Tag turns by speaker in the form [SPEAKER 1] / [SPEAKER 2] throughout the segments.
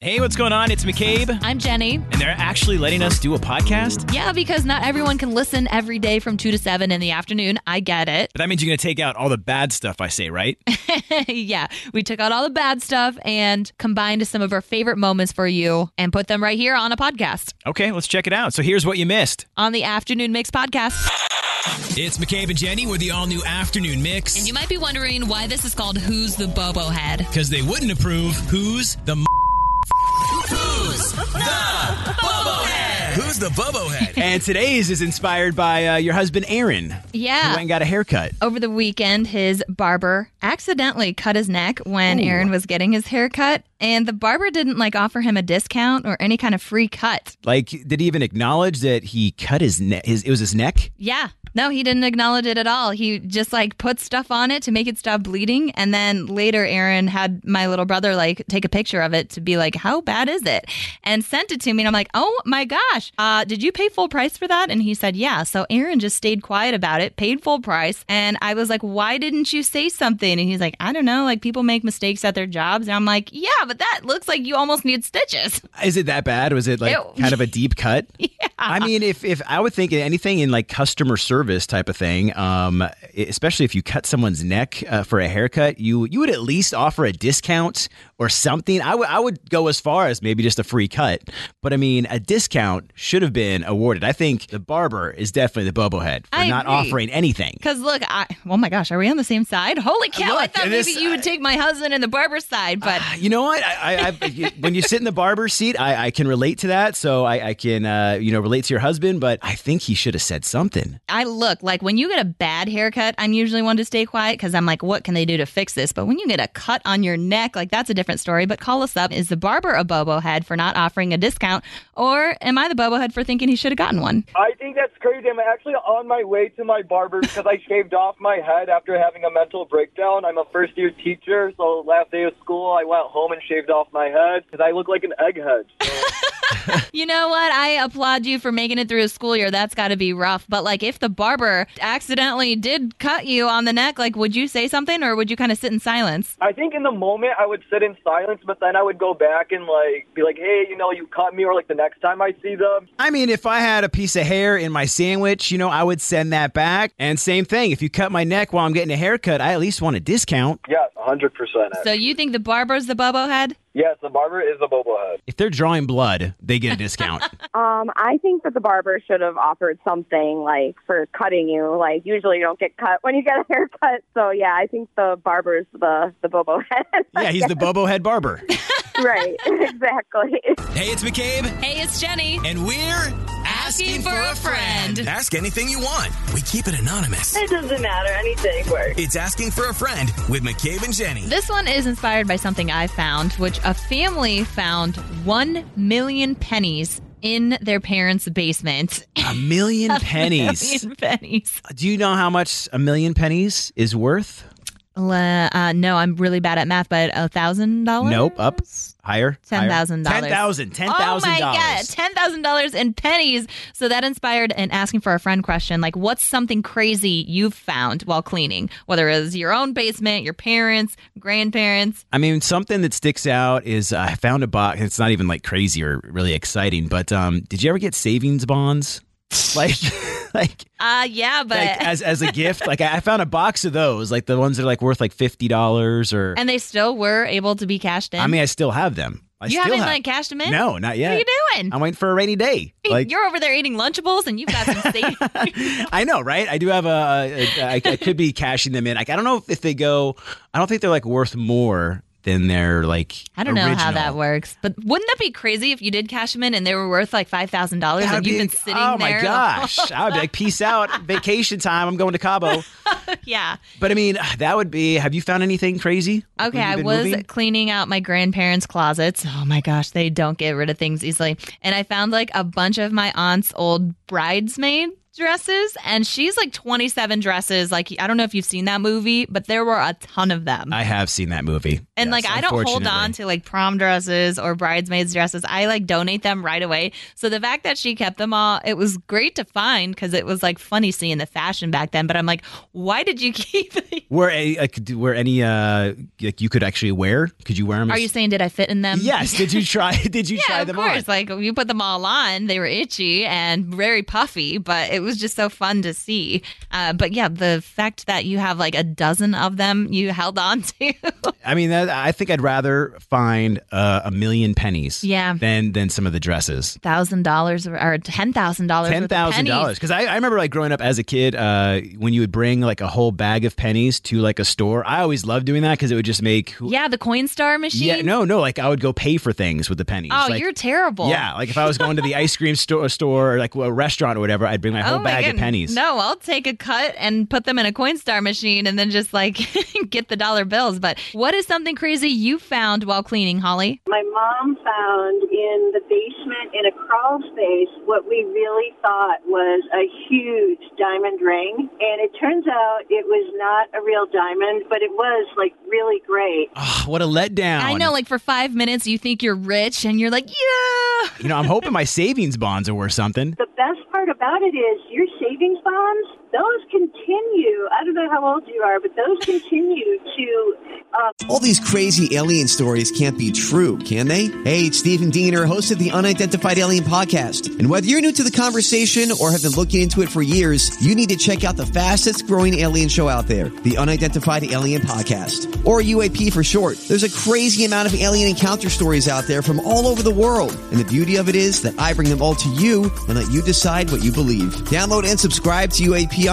[SPEAKER 1] Hey, what's going on? It's McCabe,
[SPEAKER 2] I'm Jenny.
[SPEAKER 1] and they're actually letting us do a podcast.
[SPEAKER 2] Yeah, because not everyone can listen every day from 2 to 7 in the afternoon. I get it.
[SPEAKER 1] But that means you're going to take out all the bad stuff I say, right?
[SPEAKER 2] yeah, we took out all the bad stuff and combined some of our favorite moments for you and put them right here on a podcast
[SPEAKER 1] okay, let's check it out. So here's what you missed.
[SPEAKER 2] on the Afternoon Mix podcast.
[SPEAKER 1] It's McCabe and Jenny with the all new afternoon mix
[SPEAKER 2] You might be wondering why this is called Who's the Bobo Head?
[SPEAKER 1] because they wouldn't approve who's the
[SPEAKER 3] Who's the Bobo head?
[SPEAKER 1] and today's is inspired by uh, your husband Aaron. Who went
[SPEAKER 2] Yeah.
[SPEAKER 1] and got a haircut.
[SPEAKER 2] Over the weekend, his barber accidentally cut his neck when Aaron was getting his hair cut, and the barber didn't like offer him a discount or any kind of free cut.
[SPEAKER 1] Like, did he even acknowledge that he cut his neck? His it was his neck.
[SPEAKER 2] Yeah. No, he didn't acknowledge it at all. He just like put stuff on it to make it stop bleeding. And then later, Aaron had my little brother like take a picture of it to be like, how bad is it? And sent it to me. And I'm like, oh my gosh, uh, did you pay full price for that? And he said, yeah. So Aaron just stayed quiet about it, paid full price. And I was like, why didn't you say something? And he's like, I don't know. Like people make mistakes at their jobs. And I'm like, yeah, but that looks like you almost need stitches.
[SPEAKER 1] Is it that bad? Was it like
[SPEAKER 2] Ew.
[SPEAKER 1] kind of a deep cut? yeah. I mean, if if I would think anything in like customer service type of thing, um, especially if you cut someone's neck uh, for a haircut, you you would at least offer a discount or something. I would I would go as far as maybe just a free cut, but I mean, a discount should have been awarded. I think the barber is definitely the bobohead for
[SPEAKER 2] I
[SPEAKER 1] not
[SPEAKER 2] agree.
[SPEAKER 1] offering anything.
[SPEAKER 2] Because look, I oh my gosh, are we on the same side? Holy cow! I
[SPEAKER 1] Look,
[SPEAKER 2] thought
[SPEAKER 1] this-
[SPEAKER 2] maybe you would take my husband and the barber's side, but
[SPEAKER 1] You know what? I, I, I when you sit in the barber seat, I, I can relate to that. So I, I can, uh, you know, relate to your husband. But I think he should have said something.
[SPEAKER 2] I look like when you get a bad haircut, I'm usually one to stay quiet because I'm like, what can they do to fix this? But when you get a cut on your neck, like that's a different story. But call us up. Is the barber a bobo head for not offering a discount, or am I the bobo head for thinking he should have gotten one?
[SPEAKER 4] I think that's crazy. I'm actually on my way to my barber because I shaved off my head after having a mental breakdown. I'm a first year teacher, so last day of school, I went home and shaved off my head because I look like an egghead.
[SPEAKER 2] You know what? I applaud you for making it through a school year. That's got to be rough. But like, if the barber accidentally did cut you on the neck, like, would you say something, or would you kind of sit in silence?
[SPEAKER 4] I think in the moment I would sit in silence, but then I would go back and like be like, "Hey, you know, you cut me," or like the next time I see them,
[SPEAKER 1] I mean, if I had a piece of hair in my sandwich, you know, I would send that back. And same thing, if you cut my neck while I'm getting a haircut, I at least want a discount.
[SPEAKER 4] yes, 100%.
[SPEAKER 2] So you think the barber's the bobo head?
[SPEAKER 4] yes, the barber is a bobo head.
[SPEAKER 1] If they're drawing blood, they get a discount.
[SPEAKER 5] Um, I think that the barber should have offered something like for cutting you. Like usually you don't get cut when you get a haircut. So yeah, I think the barber's the the bobo head.
[SPEAKER 1] yeah, he's the bobo head barber.
[SPEAKER 5] right, exactly.
[SPEAKER 3] Hey, it's McCabe,
[SPEAKER 2] Hey, it's Jenny.
[SPEAKER 3] and we're asking
[SPEAKER 2] for a friend.
[SPEAKER 3] Ask anything you want. We keep it anonymous.
[SPEAKER 5] It doesn't matter. Anything works.
[SPEAKER 3] It's asking for a friend with McCabe and Jenny.
[SPEAKER 2] This one is inspired by something I found, which a family found 1 million pennies in their parents' basement.
[SPEAKER 1] a million pennies.
[SPEAKER 2] Million pennies.
[SPEAKER 1] Do you know how much a million pennies is worth?
[SPEAKER 2] Le- uh, no, I'm really bad at math, but a thousand dollars?
[SPEAKER 1] Nope, up, higher, higher.
[SPEAKER 2] $10,000.
[SPEAKER 1] ten thousand, ten thousand
[SPEAKER 2] Oh my god,
[SPEAKER 1] dollars.
[SPEAKER 2] ten thousand dollars in pennies. So that inspired an asking for a friend question, like what's something crazy you've found while cleaning? Whether it was your own basement, your parents, grandparents.
[SPEAKER 1] I mean, something that sticks out is uh, I found a box. It's not even like crazy or really exciting, but um, did you ever get savings bonds? Like, like,
[SPEAKER 2] Uh yeah, but
[SPEAKER 1] like as as a gift? Like, I I found a box of those, like the ones that are like worth like fifty dollars or.
[SPEAKER 2] And they still were able to be cashed in.
[SPEAKER 1] I mean, I still have them. I
[SPEAKER 2] you
[SPEAKER 1] still
[SPEAKER 2] haven't
[SPEAKER 1] have.
[SPEAKER 2] like cashed them in.
[SPEAKER 1] no, not
[SPEAKER 2] what
[SPEAKER 1] yet.
[SPEAKER 2] are you doing?
[SPEAKER 1] I'm waiting for a rainy day. Like,
[SPEAKER 2] You're over there eating Lunchables, and you've got some savings.
[SPEAKER 1] I know, right? I do have a. a- I I could be cashing them in. Like, I don't know if, if they go. I don't think they're like worth more than their like.
[SPEAKER 2] I don't know how
[SPEAKER 1] original.
[SPEAKER 2] that works, but wouldn't that be crazy if you did cash them in and they were worth like five thousand dollars,
[SPEAKER 1] That'd
[SPEAKER 2] and you've
[SPEAKER 1] be-
[SPEAKER 2] been sitting
[SPEAKER 1] oh
[SPEAKER 2] there?
[SPEAKER 1] my gosh. I would be like, peace out. Vacation time. I'm going to Cabo.
[SPEAKER 2] yeah.
[SPEAKER 1] But I mean, that would be. Have you found anything crazy? when
[SPEAKER 2] Okay,
[SPEAKER 1] you've
[SPEAKER 2] I
[SPEAKER 1] been
[SPEAKER 2] was
[SPEAKER 1] moving?
[SPEAKER 2] cleaning out my grandparents' closets. Oh my gosh, they don't get rid of things easily. And I found like a bunch of my aunt's old bridesmaid dresses, and she's like 27 dresses. Like, I don't know if you've seen that movie, but there were a ton of them.
[SPEAKER 1] I have seen that movie.
[SPEAKER 2] and like,
[SPEAKER 1] Yes,
[SPEAKER 2] I don't hold on
[SPEAKER 1] unfortunately.
[SPEAKER 2] to like prom dresses or bridesmaids dresses. I like donate them right away. So the fact that she kept them all, it was great to find because it was like funny seeing the fashion back then. But I'm like, why did you keep? These?
[SPEAKER 1] Were a, like, d- were any uh like you could actually wear? Could you wear them?
[SPEAKER 2] Are you saying did I fit in them?
[SPEAKER 1] Yes. Did you try? Did you
[SPEAKER 2] Yeah,
[SPEAKER 1] try
[SPEAKER 2] of
[SPEAKER 1] them
[SPEAKER 2] course.
[SPEAKER 1] on?
[SPEAKER 2] Like you put them all on, they were itchy and very puffy, but it was just so fun to see. Uh, but yeah, the fact that you have like a dozen of them, you held on to.
[SPEAKER 1] I mean, that, I think I'd rather find uh, a million pennies.
[SPEAKER 2] Yeah.
[SPEAKER 1] Than than some of the dresses.
[SPEAKER 2] Thousand dollars or ten thousand dollars.
[SPEAKER 1] Ten thousand dollars. Because I, I remember like growing up as a kid, uh, when you would bring like a whole bag of pennies to like a store. I always loved doing that because it would just make. who-
[SPEAKER 2] Yeah, the Coinstar machine.
[SPEAKER 1] Yeah, no, no. Like I would go pay for things with the pennies.
[SPEAKER 2] Oh,
[SPEAKER 1] like,
[SPEAKER 2] you're terrible.
[SPEAKER 1] Yeah, like if I was going to the ice cream store, store or like a restaurant or whatever, I'd bring my whole
[SPEAKER 2] oh my
[SPEAKER 1] bag of
[SPEAKER 2] goodness.
[SPEAKER 1] pennies.
[SPEAKER 2] No, I'll take a cut and put them in a Coinstar machine and then just like get the dollar bills. But what is something crazy you found while cleaning, Holly?
[SPEAKER 6] My mom found in the basement in a crawl space what we really thought was a huge diamond ring. And it turns out it was not a real diamond, but it was like really great.
[SPEAKER 1] Ah, what a letdown!
[SPEAKER 2] I know, like for five minutes, you think you're rich and you're like, yeah.
[SPEAKER 1] You know, I'm hoping my savings bonds are worth something.
[SPEAKER 6] The best part about it is your savings bonds, those continue. I don't know how old you are, but those continue to uh,
[SPEAKER 7] All these crazy alien stories can't be true, can they? Hey, it's Stephen Diener, host of the Unidentified Alien Podcast. And whether you're new to the conversation or have been looking into it for years, you need to check out the fastest growing alien show out there, the Unidentified Alien Podcast, or UAP for short. There's a crazy amount of alien encounter stories out there from all over the world. And the beauty of it is that I bring them all to you and let you decide what you believe. Download and subscribe to UAP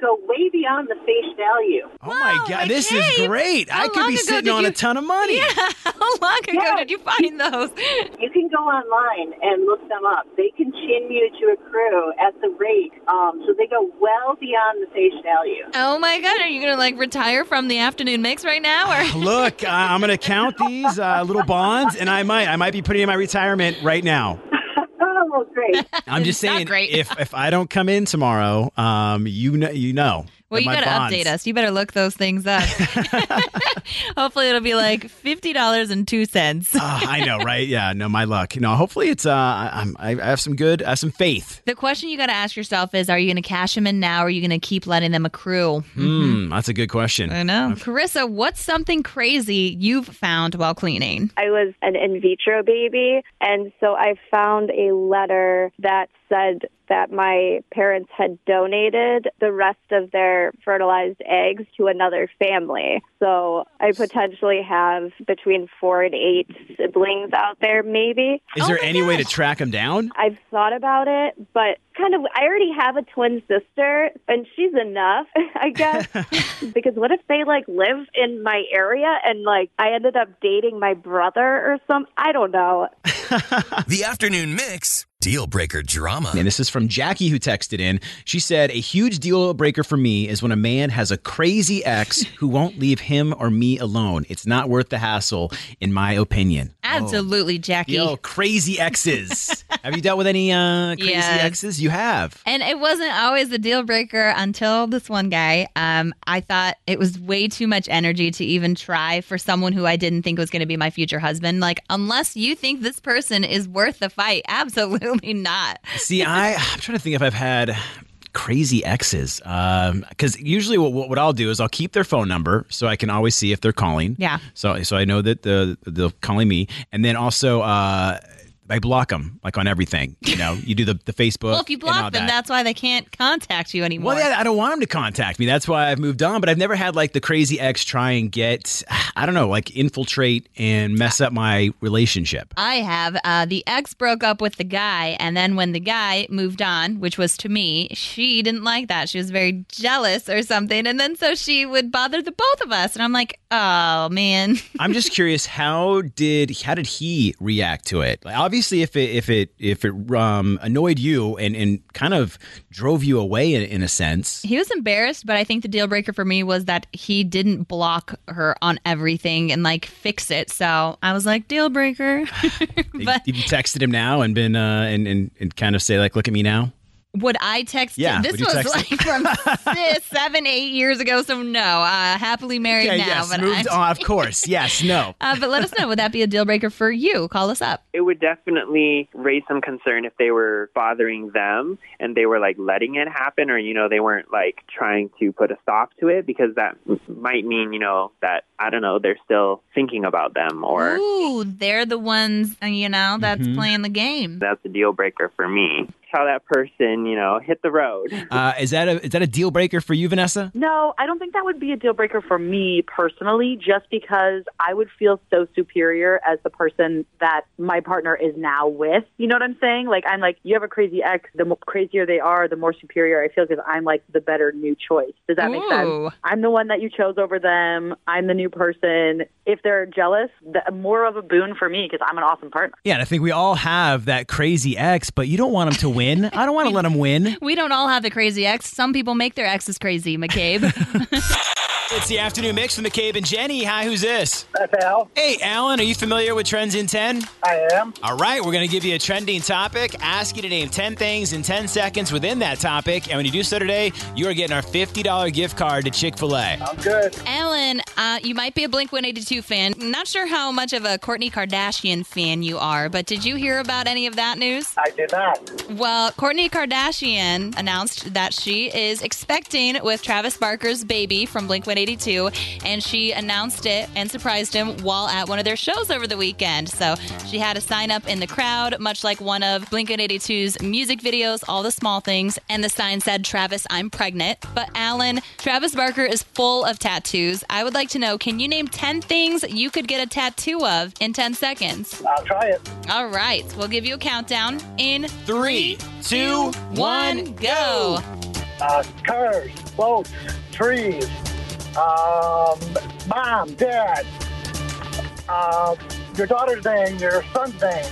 [SPEAKER 6] go way beyond the face value.
[SPEAKER 1] Oh my
[SPEAKER 2] Whoa,
[SPEAKER 1] god, this is
[SPEAKER 2] McCabe,
[SPEAKER 1] great!
[SPEAKER 2] how
[SPEAKER 1] I could
[SPEAKER 2] long
[SPEAKER 1] be
[SPEAKER 2] ago
[SPEAKER 1] sitting
[SPEAKER 2] did
[SPEAKER 1] on
[SPEAKER 2] you-
[SPEAKER 1] a ton of money.
[SPEAKER 2] How long ago
[SPEAKER 6] Yeah.
[SPEAKER 2] did you find those?
[SPEAKER 6] You can go online and look them up. They continue to accrue at the rate, um, so they go well beyond the face value.
[SPEAKER 2] Oh my god, are you gonna like retire from the afternoon mix right now? Or
[SPEAKER 1] Look, I I'm gonna count these uh, little bonds, and I might, I might be putting in my retirement right now.
[SPEAKER 6] Oh, well, great.
[SPEAKER 1] I'm just
[SPEAKER 2] Not
[SPEAKER 1] saying,
[SPEAKER 2] great.
[SPEAKER 1] if if I don't come in tomorrow, um, you know, you know.
[SPEAKER 2] well,
[SPEAKER 1] that
[SPEAKER 2] you
[SPEAKER 1] my
[SPEAKER 2] gotta
[SPEAKER 1] bonds-
[SPEAKER 2] update us. You better look those things up. Hopefully, it'll be like fifty dollars and two cents.
[SPEAKER 1] Ah, I know, right? Yeah, no, my luck. No, hopefully it's. Uh, I- I'm, I I have some good, uh, some faith.
[SPEAKER 2] The question you got to ask yourself is: Are you going to cash them in now, or are you going to keep letting them accrue? Mm-hmm.
[SPEAKER 1] Hmm, that's a good question.
[SPEAKER 2] I know, Carissa. What's something crazy you've found while cleaning?
[SPEAKER 5] I was an in vitro baby, and so I found a letter that said that my parents had donated the rest of their fertilized eggs to another family. So I potentially have between four and eight siblings out there, maybe.
[SPEAKER 1] Is
[SPEAKER 2] Oh
[SPEAKER 1] there
[SPEAKER 2] my
[SPEAKER 1] any way to
[SPEAKER 2] gosh.
[SPEAKER 1] track them down?
[SPEAKER 5] I've thought about it, but kind of, I already have a twin sister, and she's enough, I guess. because what if they like live in my area and like I ended up dating my brother or some? I don't know.
[SPEAKER 3] The afternoon mix, deal breaker drama.
[SPEAKER 1] And this is from Jackie who texted in. She said, A huge deal breaker for me is when a man has a crazy ex who won't leave him or me alone. It's not worth the hassle, in my opinion.
[SPEAKER 2] Absolutely, Jackie.
[SPEAKER 1] Yo, crazy exes. have you dealt with any uh, crazy
[SPEAKER 2] Yes.
[SPEAKER 1] exes? You have.
[SPEAKER 2] And it wasn't always a deal breaker until this one guy. Um, I thought it was way too much energy to even try for someone who I didn't think was going to be my future husband. Like, unless you think this person is worth the fight, absolutely not.
[SPEAKER 1] See, I, I'm trying to think if I've had crazy exes. Because usually what, what I'll do is I'll keep their phone number so I can always see if they're calling.
[SPEAKER 2] Yeah.
[SPEAKER 1] So so I know that the they'll calling me, and then also uh, I block them like on everything. You know, you do the, the Facebook.
[SPEAKER 2] Well, if you
[SPEAKER 1] and all
[SPEAKER 2] block them,
[SPEAKER 1] that.
[SPEAKER 2] that's why they can't contact you anymore.
[SPEAKER 1] Well, yeah, I don't want them to contact me. That's why I've moved on. But I've never had like the crazy ex try and get, I don't know, like infiltrate and mess up my relationship.
[SPEAKER 2] I have. Uh, the ex broke up with the guy, and then when the guy moved on, which was to me, she didn't like that. She was very jealous or something. And then so she would bother the both of us. And I'm like, oh, man.
[SPEAKER 1] I'm just curious how did how did he react to it? Like, obviously, if it if it if it um, annoyed you and and kind of drove you away in, in a sense,
[SPEAKER 2] He was embarrassed, but I think the deal breaker for me was that he didn't block her on everything and like fix it. So I was like, deal breaker. but
[SPEAKER 1] if you texted him now and been uh, and, and and kind of say like, look at me now.
[SPEAKER 2] would I text
[SPEAKER 1] Yeah,
[SPEAKER 2] him? This
[SPEAKER 1] would you
[SPEAKER 2] was
[SPEAKER 1] text
[SPEAKER 2] like from six, seven, eight years ago. So no, uh, happily married
[SPEAKER 1] Okay,
[SPEAKER 2] now.
[SPEAKER 1] yes,
[SPEAKER 2] but
[SPEAKER 1] moved
[SPEAKER 2] I-
[SPEAKER 1] on, of course. Yes, no.
[SPEAKER 2] Uh, but let us know. Would that be a deal breaker for you? Call us up.
[SPEAKER 8] It would definitely raise some concern if they were bothering them and they were like letting it happen or, you know, they weren't like trying to put a stop to it because that m- might mean, you know, that, I don't know, they're still thinking about them or
[SPEAKER 9] Mm-hmm.
[SPEAKER 2] Ooh, they're the ones, uh, you know, that's
[SPEAKER 1] Mm-hmm.
[SPEAKER 8] Mhm.
[SPEAKER 2] playing the game.
[SPEAKER 8] that's a deal breaker for me. How that person, you know, hit the road.
[SPEAKER 1] Uh, is that a is that a deal breaker for you, Vanessa?
[SPEAKER 10] No, I don't think that would be a deal breaker for me personally, just because I would feel so superior as the person that my partner is now with. You know what I'm saying? Like, I'm like, you have a crazy ex. The mo- crazier they are, the more superior I feel because I'm like the better new choice. Does that make
[SPEAKER 2] Ooh.
[SPEAKER 10] sense? I'm the one that you chose over them. I'm the new person. If they're jealous, the, more of a boon for me because I'm an awesome partner.
[SPEAKER 1] Yeah, and I think we all have that crazy ex, but you don't want him to win. I don't want to let him win.
[SPEAKER 2] We don't all have the crazy ex. Some people make their exes crazy, McCabe.
[SPEAKER 1] It's the afternoon mix with McCabe and Jenny. Hi, who's this? That's Al. Hey, Alan, are you familiar with Trends in 10? I am. All right, we're going to give you a trending topic, ask you to name 10 things in 10 seconds within that topic. And when you do so today, you are getting our $50 gift card to Chick fil A. I'm good.
[SPEAKER 2] Alan, uh, you might be a Blink 182 fan. Not sure how much of a Courtney Kardashian fan you are, but did you hear about any of that news?
[SPEAKER 9] I did not.
[SPEAKER 2] Well, Courtney Kardashian announced that she is expecting with Travis Barker's baby from Blink 182, and she announced it and surprised him while at one of their shows over the weekend. So she had a sign up in the crowd, much like one of Blink 182's music videos, All the Small Things, and the sign said, Travis, I'm pregnant. But Alan, Travis Barker is full of tattoos. I would like to know can you name 10 things you could get a tattoo of in 10 seconds?
[SPEAKER 9] I'll try it.
[SPEAKER 2] All right, we'll give you a countdown in
[SPEAKER 1] three, two,
[SPEAKER 2] one, go.
[SPEAKER 9] Uh, cars, boats, trees, um, mom, dad, uh, your daughter's name, your son's name.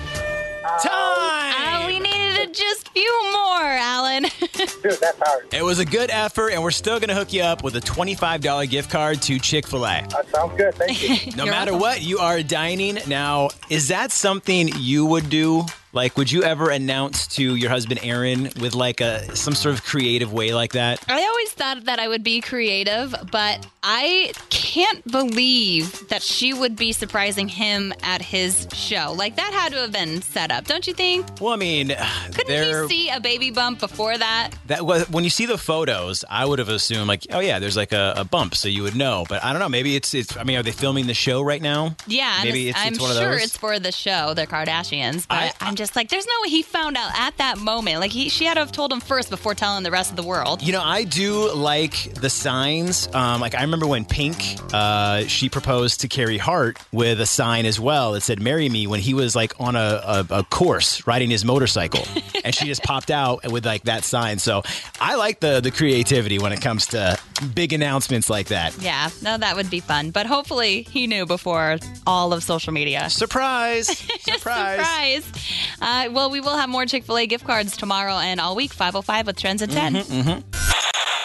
[SPEAKER 2] Time! Uh, we needed just a few more, Alan.
[SPEAKER 9] Dude, that's hard.
[SPEAKER 1] It was a good effort, and we're still going to hook you up with a $25 gift card to Chick fil A.
[SPEAKER 9] That sounds good. Thank you.
[SPEAKER 1] No matter what, you are dining. Now, is that something you would do? Like, would you ever announce to your husband Aaron with like a some sort of creative way like that?
[SPEAKER 2] I always thought that I would be creative, but I can't believe that she would be surprising him at his show. Like that had to have been set up, don't you think?
[SPEAKER 1] Well, I mean, there
[SPEAKER 2] See a baby bump before that.
[SPEAKER 1] that was when you see the photos, I would have assumed like, oh yeah, there's like a, a bump, so you would know. But I don't know. Maybe it's it's. I mean, are they filming the show right now?
[SPEAKER 2] Yeah, and
[SPEAKER 1] maybe
[SPEAKER 2] it's-
[SPEAKER 1] it's,
[SPEAKER 2] I'm
[SPEAKER 1] it's one
[SPEAKER 2] sure
[SPEAKER 1] of those.
[SPEAKER 2] it's for the show, the Kardashians. But I, am just like, there's no way he found out at that moment. Like he, she had to have told him first before telling the rest of the world.
[SPEAKER 1] You know, I do like the signs. Um, like I remember when Pink, uh, she proposed to Carrie Hart with a sign as well that said "Marry Me" when he was like on a, a, a course riding his motorcycle, and she just popped out with like that sign. So I like the the creativity when it comes to big announcements like that.
[SPEAKER 2] Yeah, no, that would be fun. But hopefully he knew before all of social media.
[SPEAKER 1] Surprise!
[SPEAKER 2] Surprise! Surprise! Uh, well, we will have more Chick fil A gift cards tomorrow and all week, 505 with Trends at 10.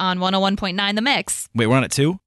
[SPEAKER 2] on 101.9 The Mix.
[SPEAKER 1] Wait, we're on it too?